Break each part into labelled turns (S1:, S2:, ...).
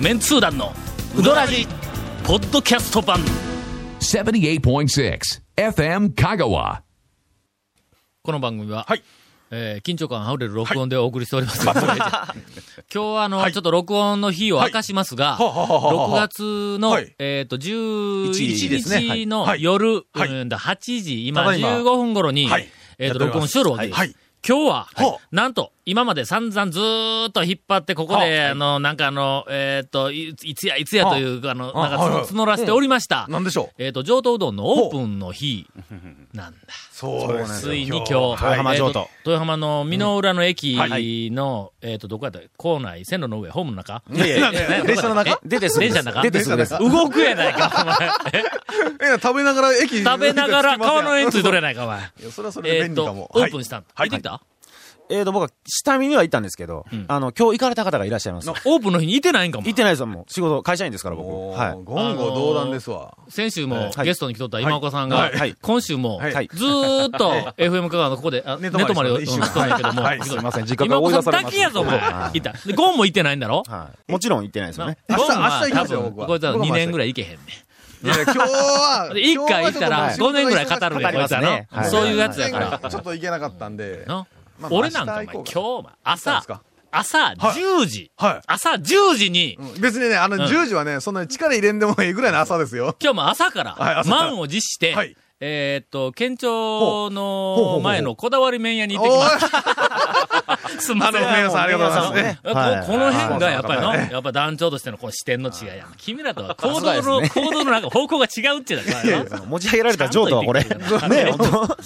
S1: メンツー団のウドラジポッドキャスト版
S2: 78.6 FM Kagawa.
S3: この番組は、
S4: はい
S3: えー緊張感あふれる録音でお送りしております。 今日は、あの、ちょっと録音の日を明かしますが、
S4: はあはあはあはあ
S3: 6月の、
S4: はい
S3: えっ、と、
S4: 日ですね
S3: 11日
S4: は
S3: の
S4: い
S3: 夜、
S4: はい
S3: うんだ8時、今
S4: ただいま
S3: 15分頃に、
S4: はい
S3: えっ、と、
S4: やっており
S3: 録
S4: ます
S3: 音しよるわけです。
S4: はい
S3: 今日は、
S4: はあ
S3: なんと、今まで散々ずーっと引っ張って、ここで、
S4: はあ
S3: あの、なんかあの、えっ、と、いいつやいつやという、あの、な
S4: あ
S3: んか
S4: はいはい
S3: つ募らせておりました。
S4: なんでしょう
S3: えっ、と、上等うどんのオープンの日、なんだ。
S4: そうですよ
S3: ついに今日、
S4: はい
S3: えーと豊浜の美濃浦の駅の、えっ、と、どこやった構内、線路の上、ホームの中
S5: いやいや
S3: え
S5: 列車の中
S3: え
S5: 出てすぐ
S3: 電車の中
S5: 出てすぐです。
S3: 動くやないか、お前。
S4: え食べながら 駅
S3: 食べなが ら川の円
S4: い
S3: ついとれないか、お前。
S4: やそれはそれ
S3: え
S4: で
S3: っ
S4: 便利
S3: と、
S4: かも
S3: オープンしたたんだ。
S4: はい
S3: 行ってきた
S5: えーと、僕は下見には行ったんですけど
S3: ん、
S5: あの、今日行かれた方がいらっしゃいます。
S4: な
S5: 行
S3: オープンの日にいてないんか、お前
S5: っ。てないですよ、もう。仕事、会社員ですから、僕。
S4: もう
S5: はい。
S4: 言語道断ですわ
S3: 先週も
S5: はい
S3: ゲストに来とった今岡さんが
S5: はいはい、
S3: 今週も
S4: はい
S5: はい、
S3: ずーっと FM 香川のここで、あ寝
S4: 寝
S3: 泊
S4: 泊
S3: ま
S4: ま
S3: り
S4: り
S3: を
S4: して
S3: し
S4: 一
S3: と
S4: 緒
S3: っ
S4: に
S3: たんやけども、
S4: はい
S5: すいません、実家か
S3: 今
S5: ら追い
S3: 岡
S5: 出
S3: さ
S5: さ
S3: ん
S5: れま
S3: だ
S5: し
S3: けやぞ、お前。
S5: はい
S3: 行った。で、ゴンも行ってないんだろ
S5: はい。もちろん行ってないですよね。
S4: 明日
S3: ゴンは
S4: 明日行きますよ
S3: 多分
S4: 僕は
S3: こいつは
S4: 僕も
S3: 2
S4: 明日
S3: 年ぐらい行けへんね。
S4: いや今日は
S3: で 一回行ったら5年ぐらい語る
S5: 語
S3: ね、
S5: り
S3: こい
S5: ま
S3: つ
S5: す
S3: は
S5: ね
S3: な
S5: はい
S3: そういうやつやか
S4: ちょ
S3: ら。
S4: っと行けなかったんで
S3: な
S4: まあ
S3: 俺なんかお前、
S4: 明日
S3: 今
S4: 行こうか
S3: 日お前、朝
S4: 明日ですか、
S3: 朝10時、
S4: はい
S3: 朝10時に、
S4: うん別にねあの10時はねそんなに力入れんでもいいぐらいの朝ですよ
S3: 今日も朝か
S4: はい
S3: ら、
S4: 朝から
S3: 満を持して
S4: はい、
S3: えーっと、県
S4: ほ
S3: 庁
S4: ほうほう
S3: の
S4: ほう
S3: 前のこだわり麺屋に行ってき
S4: お
S3: ま
S4: い
S3: した すんま
S4: あ
S3: せ
S4: の
S3: ん。
S4: 皆さんありがとうございます
S5: 皆
S4: ね
S5: さんも
S3: こ
S5: はい
S3: この辺がやっぱりの、
S4: は
S3: やっぱ団長としてのこの視点の違いや。君らとは行
S5: さ
S3: 動
S5: すが
S3: の、
S5: で
S3: 行動のなんか方向が違うっていうだけだよな。
S5: 持ち上げられた譲渡はこれ。
S3: ちゃんと
S5: ね、本当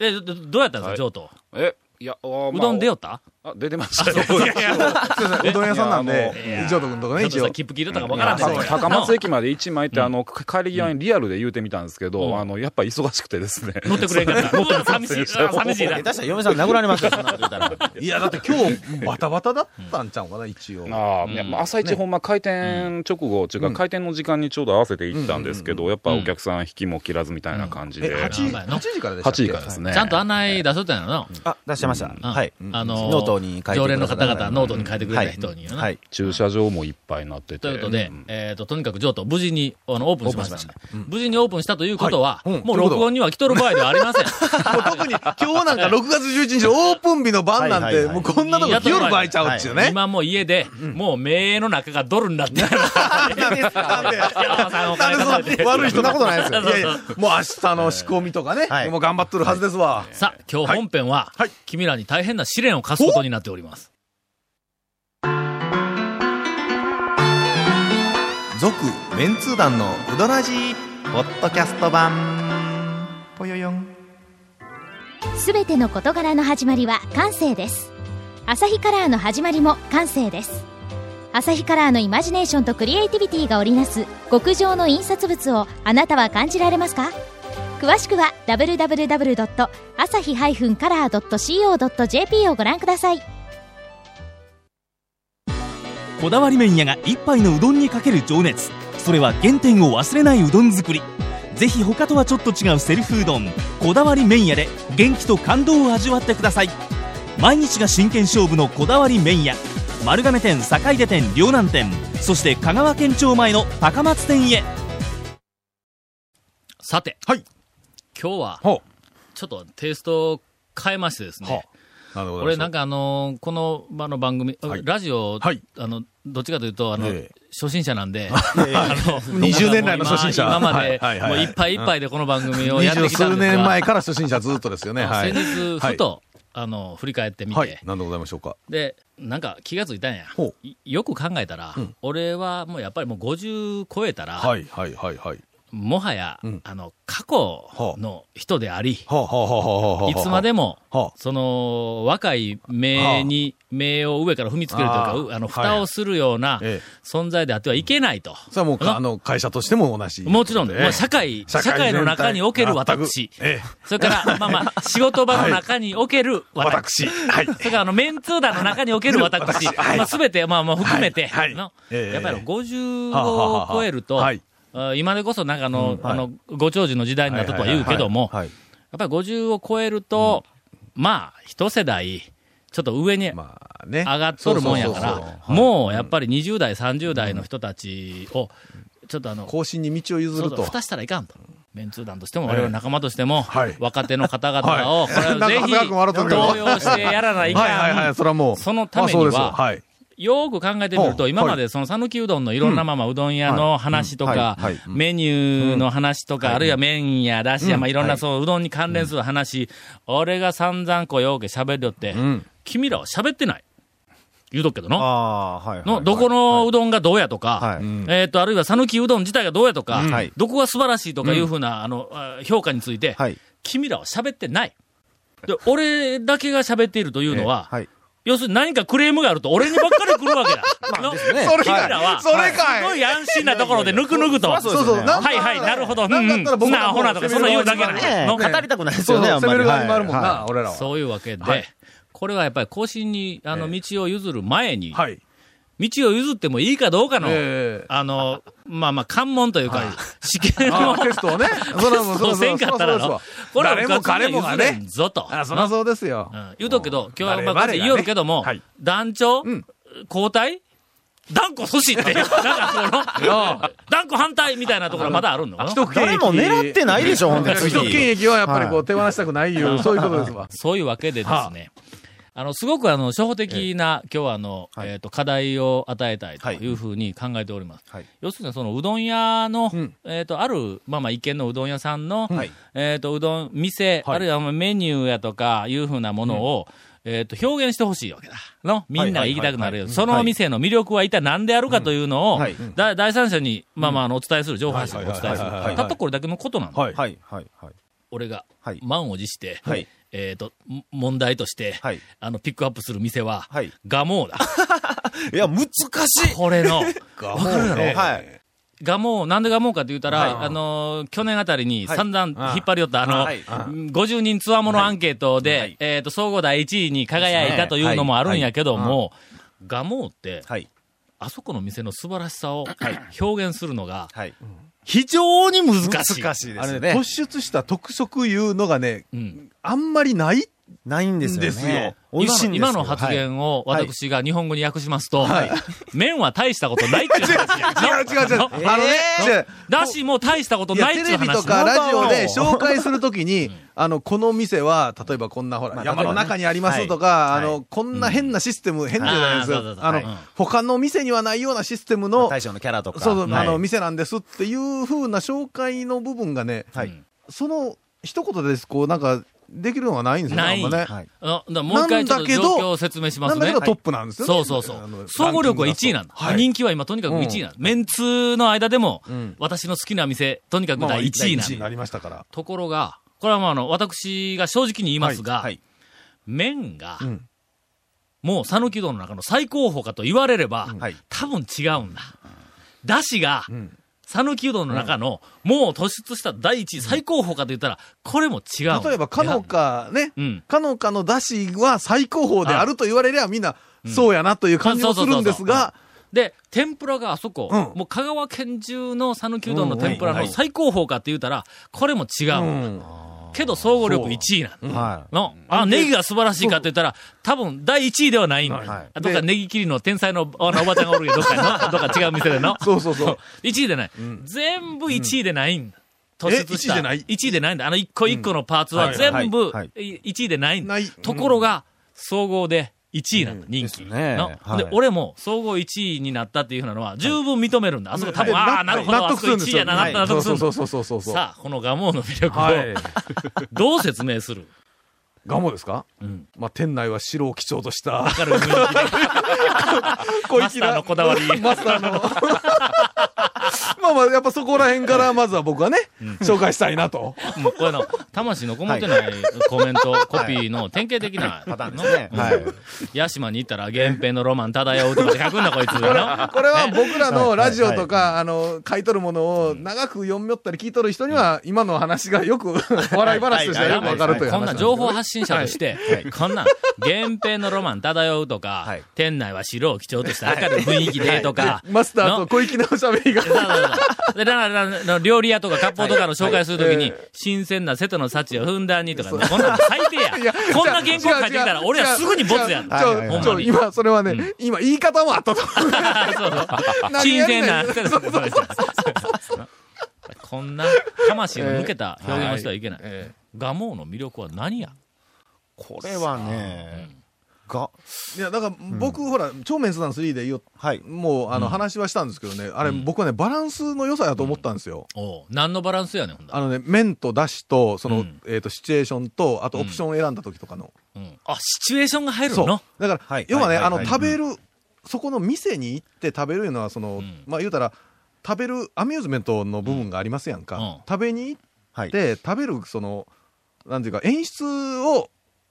S3: え、どどうやったんですか、上等。
S6: え、いや、お
S3: うどん出よった
S6: 出てました。
S4: すいませんうどん屋さんなんで
S3: いや
S4: 一応君とか
S3: ち
S4: ね
S3: ょっと
S4: 一
S3: さ
S4: 応
S3: 切符切るとかわからんね
S4: いや
S3: これ
S6: 高松駅まで1枚って、あの、帰り際にリアルで言うてみたんですけ
S3: うん
S6: ど、あの、やっぱ忙しくてですね。
S3: 乗ってくれん か った。うわ、寂しい。うわ寂しいな。
S5: 下手したら嫁さん殴られますよ、そんなこと言ったら。
S4: いやだって今日バタバタだったんちゃうかな一応
S6: ああ、いやまあ朝一ほんま開店直後っていうか、開店の時間にちょうど合わせて行ったんですけど、やっぱお客さん引きも切らずみたいな感じ
S4: え
S6: で。
S4: 8 8時からでしたっけ
S6: 8位からですね。
S3: ちゃんと案内出そうってんやろな。
S5: あ、出してました。
S3: うん
S5: はい。
S3: あの、
S5: ノートに書いてください
S3: 常連の方々、ノートに書いてくれた人によな。
S5: はい。
S6: 駐車場もいっぱいになってて。
S3: ということで
S6: ん、
S3: えっと、とにかく上等、無事に、あの、オープンしました。無事にオープンしたということは
S4: はいうん、
S3: もう
S4: ということは
S3: 録音には来とる場合ではあり ません。
S4: もう特に今日なんか6月11日オープン日の晩なん
S5: はいはい
S4: て、
S5: はい
S4: もうこんなとこ夜ばいちゃうっちゅうね。
S3: 今もう家で、もう名の中がドルになってる。
S4: なんで、
S3: 山さんお
S4: なん
S3: 金
S4: で
S3: 出され て
S4: そんな悪い人
S5: そんなことないですよ
S4: いやいや、もう明日の仕込みとかね、
S5: はい
S4: もう頑張っとるはずですわ。
S3: さあ、今日本編は
S4: はい、
S3: 君らに大変な試練を課すことになっております。
S7: 続メンツー団のウドラジポッドキャスト版ぽよよん
S8: すべての事柄の始まりは感性ですアサヒカラーの始まりも感性ですアサヒカラーのイマジネーションとクリエイティビティが織りなす極上の印刷物をあなたは感じられますか詳しくは www.asahi-color.co.jp をご覧ください
S9: こだわり麺屋が一杯のうどんにかける情熱それは原点を忘れないうどん作りぜひ他とはちょっと違うセルフうどんこだわり麺屋で元気と感動を味わってください毎日が真剣勝負のこだわり麺屋丸亀店坂出店両南店そして香川県庁前の高松店へ
S3: さて、
S4: はい
S3: 今日は、
S4: ほ
S3: ちょっとテイストを変えましてですね、
S4: う。なるほ
S3: 俺なんかあのーこの場の番組、
S4: はい
S3: ラジオ、
S4: はい
S3: あの、どっちかというと、あの、
S4: え
S3: 初心者なんで、 あ の、
S4: 20年来の初心者
S3: 今今まで、
S4: はいはいは
S3: も
S4: い
S3: う
S4: はい
S3: いっぱいいっぱいでこの番組をや
S4: 二
S3: って
S4: 十
S3: きた
S4: 数
S3: んです
S4: 年
S3: が、
S4: 前から初心者ずっとですよね。はい。
S3: 先日、ふと、あの、振り返ってみて、
S4: はい。はい。なんでございましょうか。
S3: で、なんか気がついたんや
S4: ほう。
S3: いよく考えたら、俺はもうやっぱりもう50超えたら、
S4: はい、はい、はい、はい。
S3: もはや、
S4: ん
S3: あの、過去の人であり、
S4: はあ、はあ、はあ、はあ、はあ。
S3: いつまでも
S4: はあ、
S3: その、若い目に、目を上から踏みつけるというか
S4: あー
S3: う、あの、
S4: はい
S3: 蓋をするような
S4: え
S3: 存在であってはいけないと。
S4: それはもうか、
S3: な
S4: あの、会社としても同じ。
S3: もちろん、
S4: え
S3: もう
S4: え
S3: 社会、社会の中における私
S4: 全。くえ
S3: それから、まあ まあ、仕事場の中における
S4: え
S3: 私。
S4: 私。はい。
S3: それから、あの、メンツー団の中における 私。まあ、すべて、まあまあ、含めて、
S4: はいはい
S3: の
S4: ええ
S3: やっぱり50
S4: はあはあ
S3: を
S4: はあ
S3: 超えると、
S4: はい
S3: あ今でこそなんかあの、あの、ご長寿の時代になったとは言うけども、
S5: はい。
S3: やっぱり50を超えると、まあ、一世代、ちょっと上に
S7: まあね。
S3: 上がっとるもんやか
S7: そうそうそう
S3: ら、
S7: はい
S3: もうやっぱり20代、30代の人たちを、ちょっとあの、
S7: 更新に道を譲
S3: そう
S7: る
S3: そう、
S7: と。
S3: 蓋したらいかんと。メンツー団としても、我々仲間としても、
S7: はい
S3: 若手の方々を、これ
S7: なんか
S3: ぜひ、
S7: 長く笑っとるけど
S3: 動揺してやらないかん。
S7: はいはいはい、それはもう。
S3: そのためには
S7: まあそうですよはい。
S3: よーく考えてみる
S7: ほ
S3: と、
S7: う
S3: 今までその讃岐うどんのいろんなままうどん屋の話とか
S7: うんはいはい、うん
S3: メニューの話とか、あるいは麺やだしや、まあいろんなそううどんに関連する話、俺が散々こうようけ喋りよって、君らは喋ってない。言うとくけどな。
S5: ああ、はいはい。
S3: の、どこのうどんがどうやとか
S5: はい、
S3: えっと、あるいは讃岐うどん自体がどうやとか
S5: うんはい、
S3: どこが素晴らしいとかいうふうな、あの、あ評価について、
S5: はい。
S3: 君らは喋ってない。で、俺だけが喋っているというのは、
S5: はい。
S3: 要するに何かクレームがあると俺にばっかり来るわけ だ。の
S5: ね
S3: それらは、
S7: それかい
S3: すごい安心なところでぬくぬくと。
S7: そうそう、なんか
S3: はいはい、なるほど。うんう
S7: なん
S3: ん。
S7: かあったら僕らも
S3: なアホなとか、そんなん言うだけなん
S5: ね
S3: だの
S5: 語りたくないです
S7: そう
S5: よね、
S7: そう、
S5: あんま
S7: 攻
S5: り。
S7: める側に回るもん
S5: はい
S7: な、俺らは。
S3: そういうわけで、
S7: はい
S3: これはやっぱり更新に、あの、道を譲る前に、
S7: はい。
S3: 道を譲ってもいいかどうかの、
S7: ええ
S3: あの、まあまあ、関門というか、試験
S7: あ
S3: の
S7: あ、テストをね。そらもう
S3: そうせんかったら
S7: そ
S3: の
S7: らそうですわ、
S3: これは
S7: 誰も彼もが
S3: 部活には譲
S7: ね
S3: れん。ぞと。
S7: あ、そらそうですよ
S3: う。ん言うとくけど、今日はうま
S7: 我々
S3: く
S7: がね
S3: 言おるけども、
S7: はい
S3: 団長、交代断固阻止って、なんか この、断固反対みたいなところまだあるの
S7: 既得権
S5: 誰
S7: 益
S5: も狙ってないでしょ、ほんで、
S7: 既得権
S5: 次。
S7: 益はやっぱりこう手放したくないいう、そういうことですわ。
S3: そういうわけでですね、あの、すごくあの、初歩的な、今日はあの、えっ、と、課題を与えたいというふうに考えております。
S5: はい
S3: 要するに、その、うどん屋の、
S7: ん
S3: えっ、と、ある、まあまあ、一見のうどん屋さんの、
S7: はい
S3: えっ、と、うどん、店、あるいはまあメニューやとかいうふうなものを、えっ、と、表現してほしいわけだ。の、みんなが言いたくなるよ。そのお店の魅力は一体何であるかというのを、
S5: うんはい
S3: だ第三者に、まあまあ、あの、お伝えする、情報発信にお伝えする。
S5: はいはいはいはい
S3: たったこれだけのことなんだ。
S5: はい、はい、はい。
S3: 俺が
S5: はい、
S3: 満を持して、
S5: はい
S3: えっ、と、も問題として、
S5: はい
S3: あの、ピックアップする店は、
S5: はい
S3: ガモーだ。
S5: いや、難しい。
S3: これの、
S5: わかるやろはい。
S3: ガモー、なんでガモーかって言ったら、あのー去年あたりに散々引っ張り寄った、あの、
S5: はい
S3: 50人つわものアンケートで、えっ、と、総合第1位に輝いたというのもあるんやけども、ガモーって、
S5: はい。
S3: あそこの店の素晴らしさを表現するのが、
S5: はい。
S3: 非常に難しい。
S5: 難しいで
S7: あ
S5: す
S7: れね、
S5: ね
S7: 突。出した特色いうのがね、
S3: うん
S7: あんまりない
S5: ないんですよね。
S7: ですよ
S5: 美味しいんです
S3: 今
S5: よ
S3: の今の発
S5: はい
S3: 言を
S5: はい
S3: 私が日本語に訳しますと、麺は大したことないっていう話や
S7: 違う 違う違う。あのね、違う
S3: だし、もう大したこと
S7: いや
S3: ない
S7: テ
S3: ってい
S7: レ
S3: う
S7: ビ
S3: 話
S7: とかラジオで紹介するときに、あの、この店は、例えばこんなほ
S5: ま
S7: ら、
S5: あ
S7: 山の中にありますとか、あの、こんな変なシステム、変じゃないです
S3: あーそうそう
S7: よ
S3: そう
S7: あ
S3: はいうん
S7: の、他の店にはないようなシステムの、
S5: 大将のキャラとか。
S7: そうそう、
S5: は
S7: あ
S5: い
S7: の、店なんですっていう風な紹介の部分がね、
S5: はい。
S7: その、一言です、こう、なんか、できるのはないんですよね。
S3: ない
S7: あんまね
S5: はい。
S3: あだからもう一回ちょっと状況を説明しま
S7: な
S3: す
S7: んだ
S3: ね
S7: けど。トップなんですよね。
S3: そうそうそ
S7: あ
S3: う
S7: の。
S3: 総合力は1位なんだ。
S7: ランキングがそう
S3: 人気は今とにかく1位なんだ。メンツーの間でも、私の好きな店、とにかく
S7: はい。まあ
S3: 第1位なん
S7: 一に
S3: だ。
S7: なりましたから。
S3: ところが、これはまああの、私が正直に言いますが
S5: はいはい、
S3: 麺が
S7: ん、
S3: もう讃岐うどんの中の最高峰かと言われれば、
S5: はい。
S3: 多分違うんだ。だしが、讃岐うどんの中の、もう突出した第一位、最高峰かと言ったら、これも違うんだ
S7: 例えば、かのかね
S3: うん、
S7: かのかの出汁は最高峰であると言われりゃ、みんな、そうやなという感じもするんですが、
S3: で、天ぷらがあそこ、
S7: うん
S3: もう香川県中の讃岐うどんの天ぷらの最高峰かって言ったら、これも違う。
S7: うん
S3: けど、総合力1位なんだ。
S5: はい。
S3: の、あ、ネギが素晴らしいかって言ったら、多分第1位ではないんだ。
S5: はい
S3: あどっかネギ切りの天才のあのおばちゃんがおるけど、どっかにの、どっか違う店での。
S7: そうそうそう。
S3: 1位でない。全部1位でないんだ。突
S7: え
S3: 出した。
S7: 1位でない
S3: ?1 位でないんだ。あの1個1個のパーツは全
S5: は
S3: 部
S5: いはい
S3: 1位でないんだ
S7: ない。
S3: ところが、総合で1位なんだ、人気。
S5: ですね
S3: の
S5: はい
S3: で、俺も総合1位になったっていうふうなのは十分認めるんだ。あそこ多分、
S7: で
S3: ああ、なるほど、
S7: 納
S3: あ
S7: 得
S3: そ
S7: す
S3: こ
S7: るんで
S3: 1位
S7: すよ。
S3: やな、納得するん
S7: そ
S3: だ
S7: う。そうそうそうそう。
S3: さあ、このガモーの魅力
S7: はい
S3: を。どう説明する
S7: ガモですか
S3: うん
S7: まあ、店内は白を基調とした、
S3: わかる雰囲気 でマスターのこだわり。
S7: マスターの。まあまあ、やっぱそこら辺から、まずは僕はね、紹介したいなと。
S3: もうこれの、魂のこもってないコメント、コピーの典型的なパターンですね。
S5: はい。
S3: 屋島に行ったら源平のロマン漂うとかで書くんだこいつな。
S7: これは僕らのラジオとか、あの、書いとるものを長く読みよったり聞いとる人には、今の話 がよく、笑い話としてはよくわかるという話
S3: こんな情報発信者として、こんなん、源平のロマン漂うとか、
S5: はい
S3: 店内は白を基調とした明るい雰囲気でとか、
S7: マスターと
S3: の
S7: 小粋なおしゃべりが。
S3: そうそうそうでだからだから料理屋とか割烹とかの紹介するときに、新鮮な瀬戸の幸をふんだんにとかね、こんなの最低
S7: い
S3: や
S7: や。
S3: こんな原稿書いてきた
S7: 違
S3: ら、
S7: う
S3: 俺はすぐにボツやん。
S7: 違うちょ
S3: ほん
S7: ち
S3: ま
S7: ょ、
S3: に。
S7: 今、それはね、今、言い方もあ ったと思う。
S3: そうそう
S7: 何
S3: 新鮮
S7: や
S3: な
S7: りたい
S3: 瀬戸の幸。こんな魂の抜けた表現をしてはいけない。ガモーの魅力は何や
S5: これはね、が、
S7: いや、だから、僕、ほら、超メンツ団3で言う、
S5: はい。
S7: もう、あの、話はしたんですけどね、あれ、僕はね、バランスの良さやと思ったんですよ。
S3: おう何のバランスやねん、ほんだら
S7: あのね、麺と出汁と、そ
S3: う
S7: の、
S3: ん
S7: えっ、と、シチュエーションと、あとオプションを選んだ時とかの。
S3: うんあ、シチュエーションが入る
S7: そう。
S3: の
S7: だから、
S5: はい
S7: 要はね、
S5: はいはいはい
S7: あの、食べる、そこの店に行って食べるいうのは、その、
S3: ん
S7: まあ、言うたら、食べるアミューズメントの部分がありますやんか。
S3: うん
S7: 食べに行
S5: は
S7: っ
S5: い。
S7: て、食べる、その、なんていうか、演出を、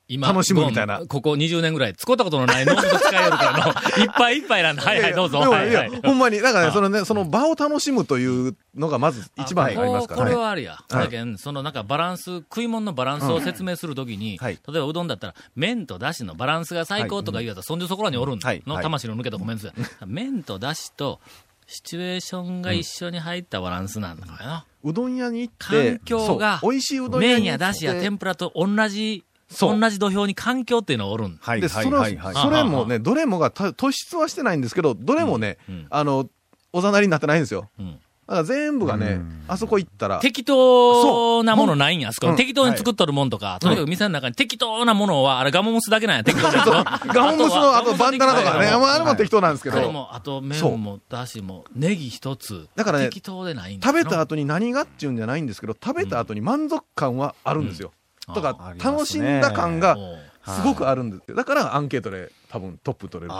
S3: 今、
S7: 楽しむみたいな
S3: もうここ20年ぐらい、使ったことのないノート使えるから の、いっぱいいっぱいなんで、はいはい、どうぞ。
S7: でも
S3: はいはいい。
S7: やほんまに、だか
S3: あ
S7: らね、そのね、その場を楽しむというのがまず一番ありますか
S3: こ
S7: ら
S3: れ
S7: ね。
S3: はあるや。だけん、そのなんかバランス、食い物のバランスを説明するときに、
S5: は
S3: 例
S5: い
S3: えばうどんだったら、麺とだしのバランスが最高とか言うやつは、そんじょそこらにおるんだ
S5: はい
S3: の
S5: はい
S3: 魂の抜けたごめんなさい。 麺とだしと、シチュエーションが一緒に入ったバランスなんだからな。
S7: うどん屋に行って、
S3: 環境が、
S7: そう美味しいうどん屋
S3: 麺
S7: に行
S3: や
S7: って。
S3: だしや天ぷらと同じ、
S7: そう
S3: 同じ土俵に環境っていうのがおるんだ。
S5: はい。
S7: で、
S5: は
S7: そ
S5: い。
S7: の
S5: はい。はい。
S7: それもね、どれもがた突出はしてないんですけど、どれもね、
S3: うんうん
S7: あの、おざなりになってないんですよ。
S3: うん
S7: だから全部がね、あそこ行ったら、
S3: 適当なものないんや、あそこ
S7: う
S3: に。
S7: ん
S3: 適当に作っとるもんとか、とにかく店の中に適当なものは、あれガモムスだけなんや、適当なもの。
S7: ガモムスの、あとバンダナとかね、
S3: ガモムスの適当なもの
S7: まああれも適当なんですけ
S3: あれ
S7: ど、
S3: も、あと麺も、だしも、ネギ一つ。
S7: だからね
S3: 適当でないんだ
S7: 食べた
S3: な
S7: 後に何がっていうんじゃないんですけど、食べた後に満足感はあるんですよ。
S3: うん
S7: と
S5: ああ
S7: か、
S5: りますね
S7: 楽しんだ感が
S3: おう
S7: すごくあるんですよ。だからアンケートで多分トップ取れるという。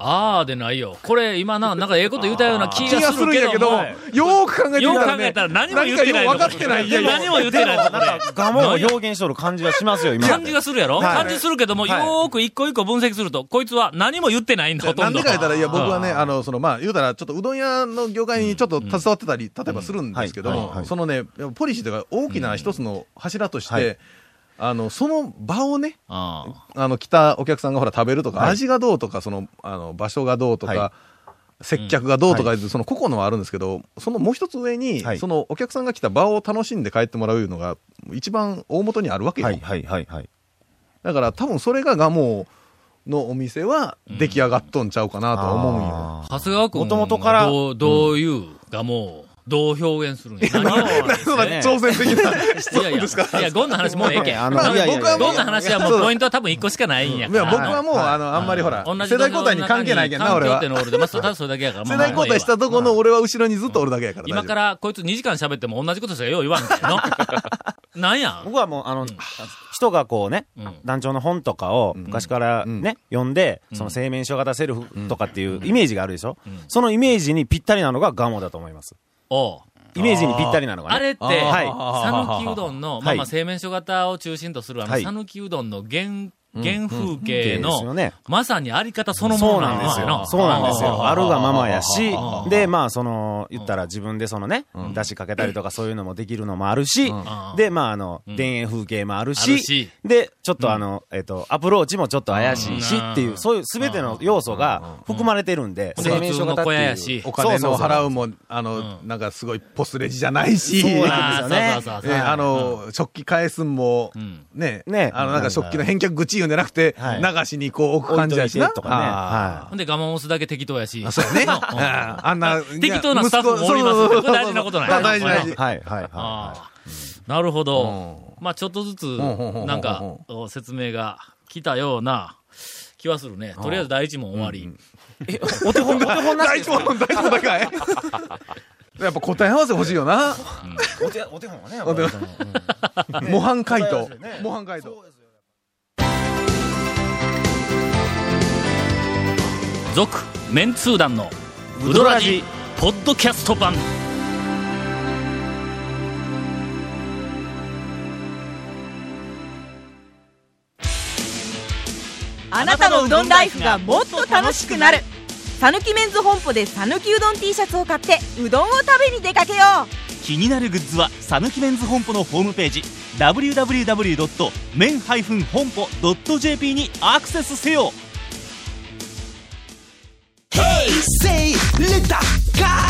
S5: あ
S3: あーでないよ。これ、今な、なんかええこと言うたような気
S7: 気
S3: が
S7: が
S3: す
S7: す
S3: る
S7: るん
S3: け
S7: やけ
S3: ど
S7: ど、
S3: も
S7: よ。ーく考えてみ
S3: よ
S7: た
S3: う
S7: ら、
S3: 考
S7: ね、
S3: えたら何も言ってないとこ。
S7: 何かよう分かってない。いやいや
S3: 何も言ってないとこで。
S5: あ。ガモを表現しとる感じはしますよ、今。
S3: 感じがするやろ
S5: はい
S3: 感じするけども、よ
S5: はい
S3: ーく一個一個分析すると、こいつは何も言ってないんだ、ほと
S7: なんん
S3: ど
S7: で。か言ったら、いや、
S3: ん
S7: 僕はね、あの、その、まあ、言うたら、ちょっとうどん屋の業界にちょっと携わってたり、例えばするんですけど
S5: はいはいは
S7: も、
S5: い
S7: そのね、やっぱポリシーというか、大きな一つの柱とし
S5: はい
S7: て、あの、その場をね、
S3: あー
S7: あの、来たお客さんがほら食べるとか、
S5: はい
S7: 味がどうとか、その、あの、場所がどうと
S5: は
S7: か、接客がどうとか
S5: は、
S7: その個々のはあるんですけど、そのもう一つ上に
S5: は、い
S7: そのお客さんが来た場を楽しんで帰ってもらうのが、一番大元にあるわけよ
S5: はい。。はい。はい。はい。
S7: だから多分それがガモのお店は出来上がっとんちゃうかなとは思うんよ。
S5: あー
S3: 長谷川君
S5: 元々から
S3: どう、どういうがもう、どう表現する んや。何を
S7: そんな挑戦的な。
S3: いやいや、いや、ゴンの話もうええけん。
S5: あの
S7: まあ
S5: いやいやいや
S7: 僕はも
S3: ゴ
S7: う
S3: ンの話はもうポイントは多分一個しかないんや
S7: い
S3: から。
S7: や僕はもう、あの、あんまりほら、世代交代に関係ないけんな、俺は
S3: 世。代
S7: 世代交代したとこの俺は後ろにずっとおるだけやから。。
S3: 今かららこいつ2時間喋っても同じことしかよう言わんけん の。なんや
S5: 僕はもう、あの、人がこうね、
S3: うん
S5: 団長の本とかを昔からね、読んで、その製麺所型セルフとかっていうイメージがあるでしょ、そのイメージにぴったりなのがガモだと思います。
S3: おう
S5: イメージにぴったりなのがね。
S3: あれって、
S5: はい
S3: 讃岐うどんの、まあま
S5: は
S3: あ、
S5: い
S3: 製麺所型を中心とする、あの、
S5: はい
S3: 讃岐うどんの原、原風景
S5: ですよ
S3: の
S5: ね、
S3: まさにあり方その
S5: そ
S3: もの
S5: うなんですよ。そうなんですよ。あるがままやし、で、まあ、その、言ったら自分でそのね、出しかけたりとかそういうのもできるのもあるし、で、まあ、あの、田園風景もある
S3: あるし
S5: し、で、ちょっとあの、えっと、アプローチもちょっと怪しいしっていう、そういうすべての要素が含まれてるんで、
S3: うん
S5: 生命書型
S3: 普通の
S5: って
S3: 小屋や
S5: い
S3: し
S5: う。
S7: お金の
S5: う。
S7: 払うも、あの、なんかすごいポスレジじゃないし。
S5: そう
S3: そう
S5: なんですよね
S3: そうそうそう そう
S7: ね、あの、食器返すんも
S3: ん、
S7: ね、
S5: ね
S7: あの、なんか食器の返却愚痴言うんじゃなくて、
S5: はい
S7: 流しにこう置く
S5: 置
S7: 感
S5: い
S7: じ
S5: と
S7: や
S5: い
S7: してな。
S5: とかね。は
S3: ほんで、我慢押すだけ適当やし。
S7: そうや ね。
S3: ん
S7: ああんな、
S3: 適当なスタッフもおります
S7: そうそうそう
S3: これ大事なことなんや
S7: まあ大事大
S5: い。
S7: 事。
S5: はい、はい、は
S3: ああなるほど。まあ、ちょっとずつ、
S7: んほんほん
S3: なんか
S7: ほん、
S3: お説明が来たような気はするね。とりあえず第一問終わり。
S5: い。お手本、お手本なし
S7: 大
S5: です
S7: 丈夫、大丈夫だかいやっぱ答え合わせ欲しいよな。
S5: お手お手本はね、やっぱ
S7: お
S5: り
S7: 手模範解答
S5: 答え合わせね。
S7: 模範解答。
S3: 続、メンツー団の、ウドラジ、ポッドキャスト版。
S10: あなたのうどんライフがもっと楽しくなるさぬきメンズ本舗でさぬきうどん T シャツを買ってうどんを食べに出かけよ
S9: 気になるグッズはさぬきメンズ本舗のホームページ www.men-honpo.jp にアクセスせよ
S11: 「ヘイセイレタカー」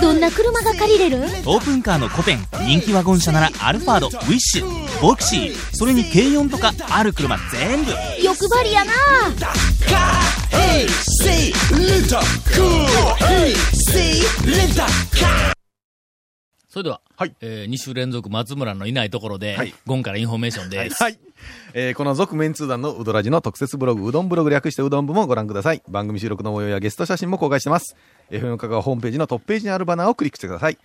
S8: どんな車が借りれるん
S12: オープンカーの古典人気ワゴン車ならアルファードウィッシュボクシーそれに軽4とかある車全部
S8: 欲張りやな
S3: それでは、
S7: はい
S3: え2週連続松村のいないところで、
S7: はい
S3: ゴンからインフォメーションです。
S7: はい。えーこの続メンツー団のうどらじの特設ブログ、うどんブログ略してうどん部もご覧ください。番組収録の模様やゲスト写真も公開してます。FM 香川ホームページのトップページにあるバナーをクリックしてください。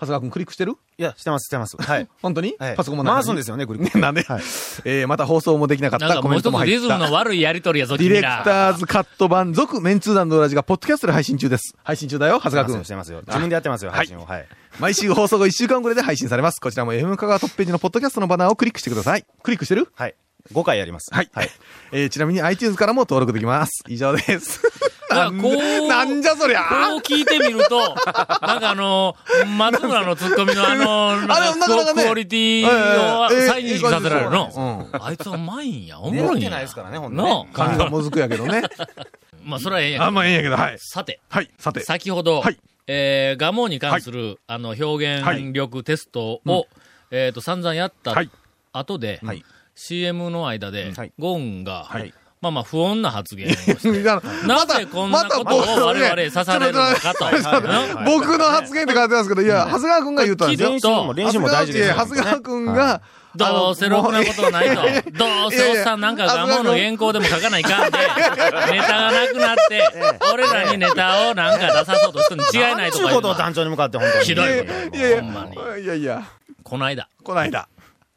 S7: 長谷川くんクリックしてる
S5: いや、してます、してます。はい。
S7: 本当に、
S5: はい
S7: パソコンも中に
S5: 回すんですよねクリック
S7: ねなんで、
S5: はい
S7: えーまた放送もできなかっ
S3: なん
S7: た
S3: か
S7: コ
S3: も
S7: メ
S3: う
S7: ント
S3: 一
S7: も
S3: つ
S7: 入
S3: リ
S7: っ
S3: ズム
S7: た。
S3: の悪いやりとりやぞ、
S7: ディ
S3: 君
S7: レク
S3: ら。
S7: ターズカット版、続メンツー団のうどらじが、ポッドキャストで配信中です。配信中だよ、長谷川くん
S5: してますよ。自分でやってますよ、配信を。はい。
S7: 毎週放送後1週間くらいで配信されます。こちらも FM 香川トップページのポッドキャストのバナーをクリックしてください。クリックしてる
S5: はい。5回やります。
S7: はい。えーちなみに iTunes からも登録できます。以上です。
S3: だから
S7: な ん
S3: こう
S7: なんじゃそりゃ
S3: こう聞いてみると、なんかあの、松村のツッコミのあの、なん
S7: あれなかなかね
S3: クオリティを
S7: ええええ
S3: 再認識させられる
S7: いい感
S3: の。あいつはうまいんや、おもろいんや。
S5: 狙ってないですからねほんとね
S3: なあ
S7: 感がもずくやけどね。
S3: まあ、それはええんやけど
S7: あんまあええんやけど、はい。
S3: さて、
S7: はい、さて。
S3: 先ほど、
S7: はい
S3: えー、ガモに関する、あの、表現力テストを、えっ、と、散々やった
S7: はい
S3: 後で、
S7: はい
S3: CM の間で、
S5: はい
S3: ゴンが、
S7: はい
S3: まあまあ、不穏な発言をしてな
S7: ま
S3: ぜ
S7: た
S3: こんなことを
S7: また僕
S3: 我々刺されるのかと。な
S7: 僕の発言って書いてますけど、いや、長谷川くんが言うたんですよ。
S5: 練習も、練習も大事ですよ。
S7: 長谷川くんが、あの
S3: どうせろくなことはないと
S7: もういやいや。
S3: どうせおっさんなんかガモの原稿でも書かないかんで、ネタがなくな って、俺らにネタをなんか出さそうとするに違いないと
S5: ちゅ
S3: か言
S5: うこ
S3: うの
S5: とを
S3: は
S5: 団長に向かって、本当に。
S3: ひどいこ
S7: い
S3: と
S7: や
S3: や
S7: いや
S3: ほんまに。
S7: いやいや、
S3: この間、
S7: こないだ。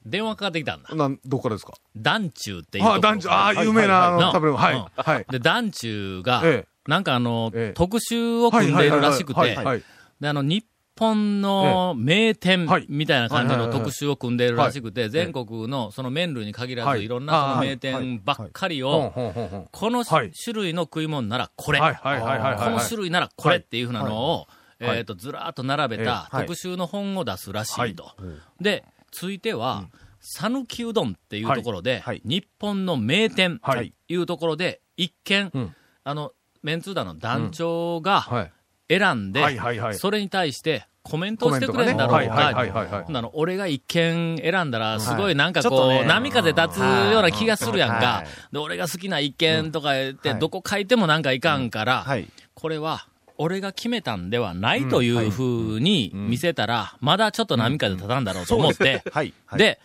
S3: 電話かかってきたんだ。
S7: なん、どこからですか
S3: 団中っていうとこ
S7: あ、
S3: ろ
S7: 団長、あ、有名な、あ
S3: な
S7: の、食べ物。は
S3: うん
S7: い。はい。
S3: で、団中が、
S7: ええ
S3: なんかあの、
S7: ええ
S3: 特集を組んでいるらしく
S7: はい
S3: て
S7: はいはいはいはいはい、
S3: で、あの、日本の名店
S7: はい
S3: みたいな感じの特集を組んでいるらしくて、
S7: いはい
S3: 全国のその麺類に限ら
S7: は
S3: ず、
S7: い
S3: いろんなその
S7: はい
S3: 名店ばっかり
S7: ほん
S3: を、
S7: ほんほんほん
S3: この
S7: はい
S3: 種類の食い物ならこれ、
S7: はいはいはいはいはい
S3: この種類ならこれっていうふうなのを、
S7: はい
S3: えっと、ずらーっと並べた
S5: ええはい
S3: 特集の本を出すらしいと。で、ついては、讃岐うどんっていうところで、
S5: はい
S3: 日本の名店
S7: は
S3: と
S7: い
S3: いうところで、一見、
S7: ん
S3: あの、メンツーダの団長
S7: は
S3: が
S7: い。
S3: 選んで、
S7: はいはいはい
S3: それに対してコメント
S7: コ
S3: をし
S7: メ
S3: て
S7: ント
S3: く
S7: が
S3: れ
S7: ね。
S3: るんだろ
S7: は
S3: う
S7: い
S3: か、
S7: はいはいはいはい。
S3: なの俺が一見選んだら、すごいなんか
S5: ちょっ
S3: ことう、
S5: ね
S3: 波風立つような気がするやん
S5: は
S3: か
S5: い。
S3: で、俺が好きな一見とか言っ
S5: う
S3: て、
S5: ん
S3: どこ書いてもなんかいかんから
S5: はい、
S3: これは、俺が決めたんではないというふうに見せたら、まだちょっと波風立たんだろうと思って、
S5: はい。はい、
S3: で、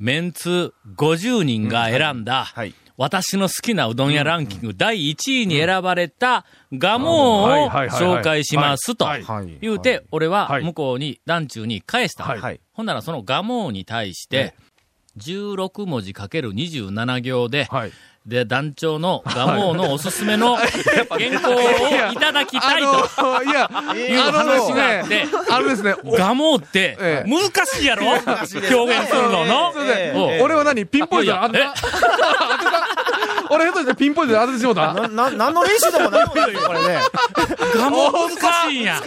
S3: メンツ50人が選んだ
S5: はい、
S3: 私の好きなうどん屋ランキング第1位に選ばれたガモンを紹介しますと
S5: いはいはい
S3: 言うて、俺は
S7: はい
S3: 向こうに、団中に返した。
S5: はい
S3: ほんならそのガモンに対して、16文字かける27行で、
S7: はい。
S3: で、団長のガモンのおすすめの原稿をいただきたいと
S7: あの、いや、
S3: いう話があって、
S7: あれですね、
S3: ガモンって
S7: ええ
S3: 難しいやろ表現するのの。
S7: すいません
S3: おう
S7: 俺は何ピンポイントで当て
S3: え
S7: た当てた俺ヘッドしてピンポイントで当ててしもうた
S5: な、な、何の練習でもないもんですよ、これね。
S3: ガモ難しいんや。の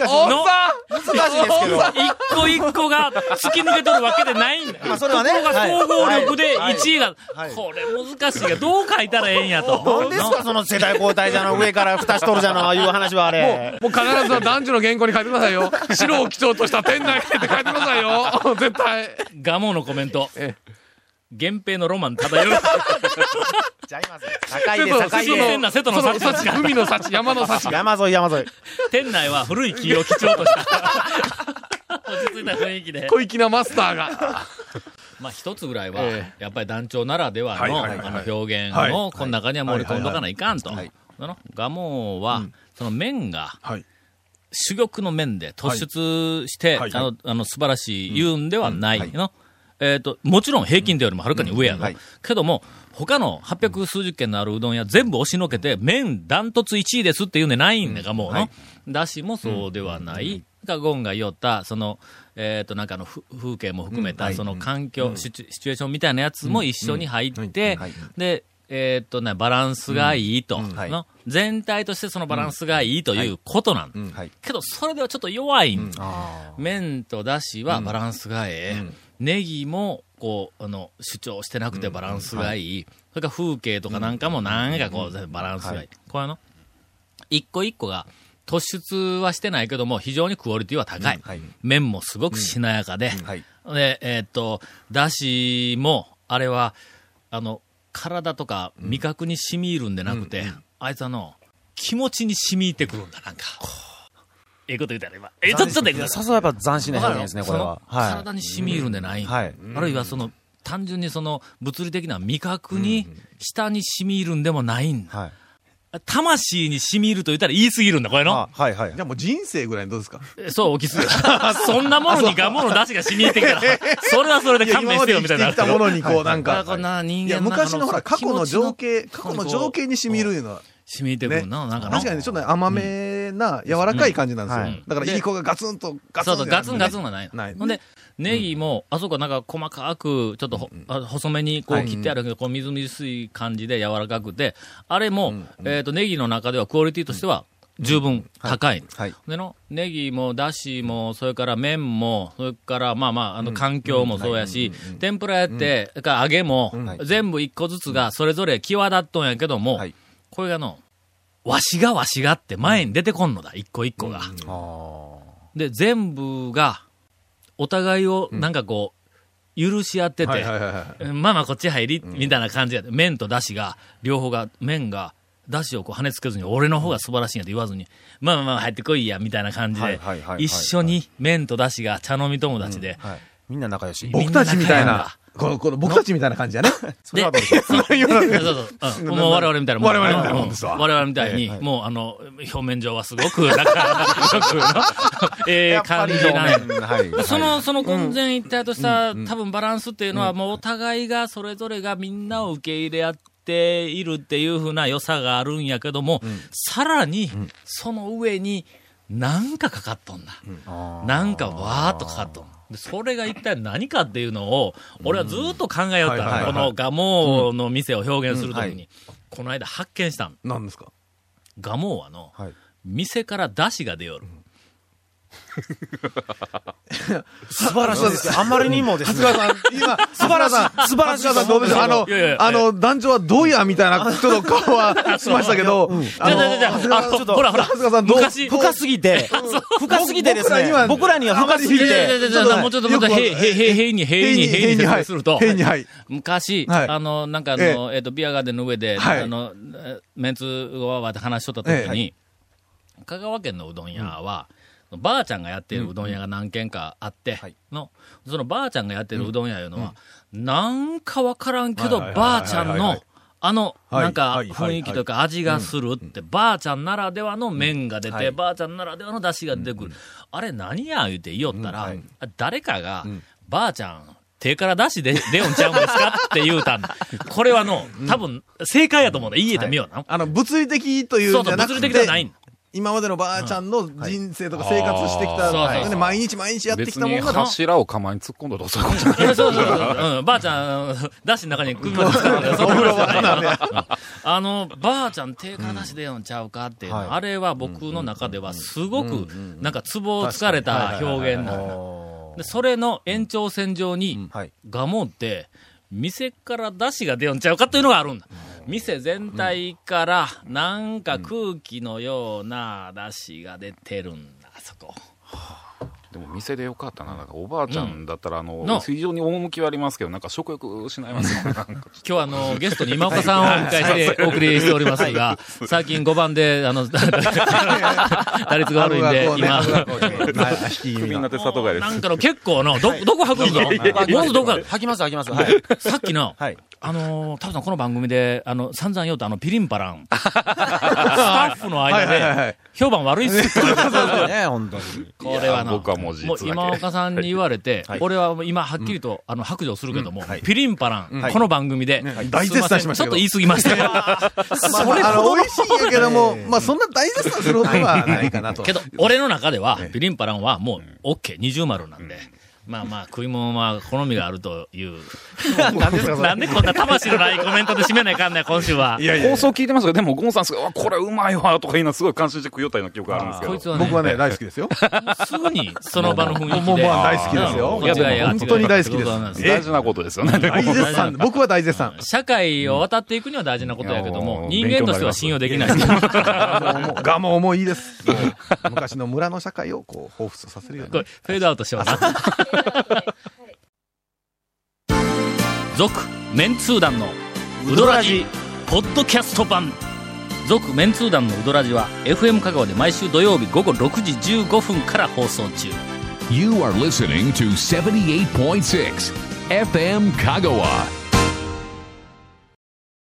S5: 難しいですけど。
S3: 一個一個が突き抜けとるわけでないんだよ。
S5: まあそれはね
S3: ところが総合力で
S5: はい
S3: 1位が、
S5: はい
S3: これ難しいが、どう書いたらええんや と。
S5: 何ですか、その世代交代じゃの、上から蓋しとるじゃの、あ あいう話はあれ。
S7: もう必ず男女の原稿に書いてくださいよ。白を基調とした店内って書いてくださいよ。絶対。
S3: ガモのコメント
S7: え。
S3: 源平のロマン漂う。
S5: ちゃいます。高いで、
S7: 瀬戸
S5: 高い
S3: 新
S5: で。
S3: 鮮な瀬戸の幸が
S7: 幸海の幸、山の幸。
S5: 山沿い、山沿い。
S3: 店内は古い木を基調とした。落ち着いた雰囲気で。
S7: 小粋なマスターが。
S3: まあ一つぐらいは
S7: え、
S3: やっぱり団長ならでは
S7: はい
S3: の
S7: はいはい
S3: あの表現
S7: はい
S3: をこの中には盛り込んどかないかんと。そのガモは、その麺が、
S7: はい。
S3: 珠玉の面で突出して、
S7: はいはい
S3: あの、あの、素晴らしい言うんではないの。えっ、と、もちろん平均点よりもはるかに上やの。けども、他の800数十軒のあるうどん屋全部押しのけて、麺ダントツ1位ですっていうんでないんだが、もうの。だしもそうではない。がゴンが言おった、その、えっ、と、なんかあのふ風景も含めた、その環境、シチュ、シチュエーションみたいなやつも一緒に入って、で、えっ、とね、バランスがいいと、の全体としてそのバランスがいいということなんだ。けど、それではちょっと弱いんだ麺とだしはバランスがええ。ネギも、こう、あの、主張してなくてバランスがいい。それから風景とかなんかもなんかこう、全部バランスがいい。これあの、一個一個が突出はしてないけども、非常にクオリティは高い。麺もすごくしなやかで、で、えーっと、だしも、あれは、あの、体とか味覚に染み入るんでなくて、あいつあの、気持ちに染み入ってくるんだ、なんか。ええこと言うたら今。え、ちょっと、ちょっと言ってください
S5: さすがやっぱ斬新な表現ですね、
S3: わか
S5: こ
S3: る
S5: れ
S3: の
S5: は。
S3: その体に染み入るんでない、
S5: はい
S3: あるいはその単純にその物理的な味覚に舌に染み入るんでもないんだ、
S5: はい。
S3: 魂に染み入ると言ったら言い過ぎるんだ、これの
S5: あ、はいはい
S7: じ。ゃあもう人生ぐらいどうですか
S3: そう、起きすぎる そんなものにガモの出汁が染み入ってきたら、 それはそれで勘弁してよみたいになる
S7: 今まで生きてきたものにこうなん
S3: だから
S7: か。
S3: こんな人
S7: い
S3: 間
S7: や、昔のほら、過去の情景、過去の情景に染み入る
S3: よ。
S7: いうのは、
S3: 染み入ってく
S7: ね
S3: るな、なんかな
S7: 確かにちょっと甘めな、柔らかい感じなんですよ。
S5: うん
S7: だから、いい子がガツンと、ガツ
S3: そ
S7: ン
S3: うそ
S7: と、
S3: う、ガツンガツンはないの。
S7: ない
S3: ほんで、ネギも、あそこなんか細かく、ちょっとほ、あ細めにこう切ってあるけど、こうみずみずしい感じで柔らかくて、あれも、えっと、ネギの中ではクオリティとしては十分高い。
S7: はい
S3: での、ネギも、だしも、それから麺も、それから、まあまあ、あの、環境もそうやし、天ぷらやって、それから揚げも、全部一個ずつが、それぞれ際立っとんやけども、
S7: はい
S3: これがの、わしがわしがって前に出てこんのだ、一個一個が。で、全部が、お互いをなんかこう、許し合ってて、まあまあこっち入り、みたいな感じやで、麺と出汁が、両方が、麺が、出汁をこう跳ねつけずに、俺の方が素晴らしいんやって言わずに、まあまあまあ入ってこいや、みたいな感じ
S5: は
S3: で
S5: いはいはいは、い
S3: 一緒に麺と出汁が茶飲み友達で、
S5: はい。みんな仲良し。
S7: 僕たちみた
S3: み
S7: い
S3: んな仲良いん
S7: な
S3: だ、
S7: この、この僕たちみたいな感じやね。
S5: それはどうでしょう。
S3: そうそうそう。うんもう我々みたいなもん。
S7: 我々みたいなもんですわ
S3: う我々みたいに、もうあの、表面上はすごく、 なんか、すごくの、ええ感じなんや
S5: はい。
S3: その、その混然一体とした、多分バランスっていうのは、もうお互いが、それぞれがみんなを受け入れ合っているっていうふうな良さがあるんやけども、さらに、その上に、なんかかかっとんだ。なんかわーっとかかっとん。でそれが一体何かっていうのを、俺はずーっと考えよったの、このガモーの店を表現するときに、この間発見したん。
S7: 何ですか
S3: ガモーはの、
S5: はい
S3: 店から出汁が出よる。
S5: 素晴らしいですよ。あんまりにもですね。
S7: さん、今、素晴らしい。素晴らしい。さんどうでしょうあの
S3: いやいや、
S7: あの、団長はどうやみたいな、ちょっと顔はしましたけど、
S3: じゃあじゃあじゃあじゃあ、あのほらほら、
S7: 春日さんどう
S3: 昔、
S5: 深す ぎて、深すぎてですね。僕らには深すぎ
S3: いやいやい
S5: て。
S3: やいやもうちょっと、もうちょっと、へい、へい、へい、へいに、へいに、へいに説明すると、
S7: 変に、はい。
S3: 昔、
S7: はい
S3: あの、なんかあ
S7: え
S3: の、えっと、ビアガーデンの上で、
S7: はい
S3: あの、えメンツわわで話しとった時
S7: ええは
S3: に、香川県のうどん屋は、ばあちゃんがやってるうどん屋が何軒かあって、の、そのばあちゃんがやってるうどん屋いうのは、なんかわからんけど、ばあちゃんの、あの、
S7: はい
S3: なんか、
S7: はいはい
S3: 雰囲気というか味がするって、ばあちゃんならではの麺が出て、ばあちゃんならではの出汁が出てくる。あれ何や言うて言いよったら、誰かが、ばあちゃん、手から出汁で出よんちゃうんですかって言うたんだ。これはの、多分、正解やと思うんだ。言えてみような。
S7: あの、物理的とい
S3: そううん
S7: じ
S3: そう、
S7: ゃな
S3: 物理
S7: くて
S3: 的ではないんだ。
S7: 今までのばあちゃんの人生とか生活してき
S3: うんはいあーそう
S7: た、
S3: そう
S7: で
S3: そう
S7: 毎日毎日やってき
S6: 別
S7: たも
S6: に
S7: んが、
S6: 柱を釜に突っ込んだとかそういうことじゃない
S3: そうそうそうそう。うん。ばあちゃん、出汁の中に首まで使うんだよ。そんなことじゃないよあの、ばあちゃん、手から出しでよんちゃうかっていうの、あれは僕の中ではすごく、なんか、ツボをつかれた表現なんだ。で、それの延長線上に、
S5: はい。
S3: ガモンって、店から出汁が出よんちゃうかっていうのがあるんだ。店全体から、なんか空気のような出汁が出てるんだ、あそこ。
S6: でも店でよかったな。なんかおばあちゃんだったら、あの
S3: な、
S6: 非常に趣はありますけど、なんか食欲失いますよね。なんか
S3: 今日はあの、ゲストに今岡さんをお迎えしてお送りしておりますが、最近5番で、あの、打率が悪いんで、今、
S6: 首になって里帰りで
S3: なん
S6: す。
S3: かの結構の、ど、どこ吐くんぞもうどこか
S5: 吐きます、吐きます。はい。
S3: さっきの、
S5: はい。
S3: あのー、多分さんこの番組で、あの、散々言うとあの、ピリンパラン、スタッフの間で、評判悪いっすよ。
S5: そうね、本当に。
S3: これはな。
S6: 僕はもう実
S3: もう
S6: だけ。
S3: 今岡さんに言われて、俺はもう今はっきりと、あの、白状するけども、ピリンパラン、この番組で、
S7: 大絶賛しました
S3: すいせんちょっ
S7: け
S3: と
S7: ど
S3: 言い過ぎましたよ。
S7: まあ、あの、美味しいんやけ ども、まあ、そんな大絶賛することはないかなと。
S3: けど、俺の中では、ピリンパランはもう、OK、二重丸なんで、まあまあ、食い物は好みがあると いう。
S5: 何ですか、それ
S3: な。んでこんな魂のないコメントで締めないかんねん、今週は。
S6: 放送聞いてますけど、でも、ゴンさんすごい、わこれうまいわ、とか言うのすごい感心して食いよったような記憶があるんですけど。
S3: こいつはね、
S7: 僕はね、大好きですよ。
S3: すぐにその場の雰囲気
S7: 僕
S3: で。
S7: は大好きですよ。
S3: いやいや
S7: 本当に大好きです。
S6: 大事なことですよね。
S7: 大絶賛。僕は大絶賛。
S3: 社会を渡っていくには大事なことやけども、
S6: い
S3: 人
S6: やー
S3: 間としては信用できない。
S7: もうもう我も重いいです。もう 昔の村の社会をこう、彷彿とさせるよう
S3: これ
S7: な。
S3: フェードアウトしてます。続、メンツー団のウドラジ、ポッドキャスト版。続、メンツー団のウドラジは、FM 香川で毎週土曜日午後6時15分から放送中。
S2: You are listening to 78.6 FM Kagawa.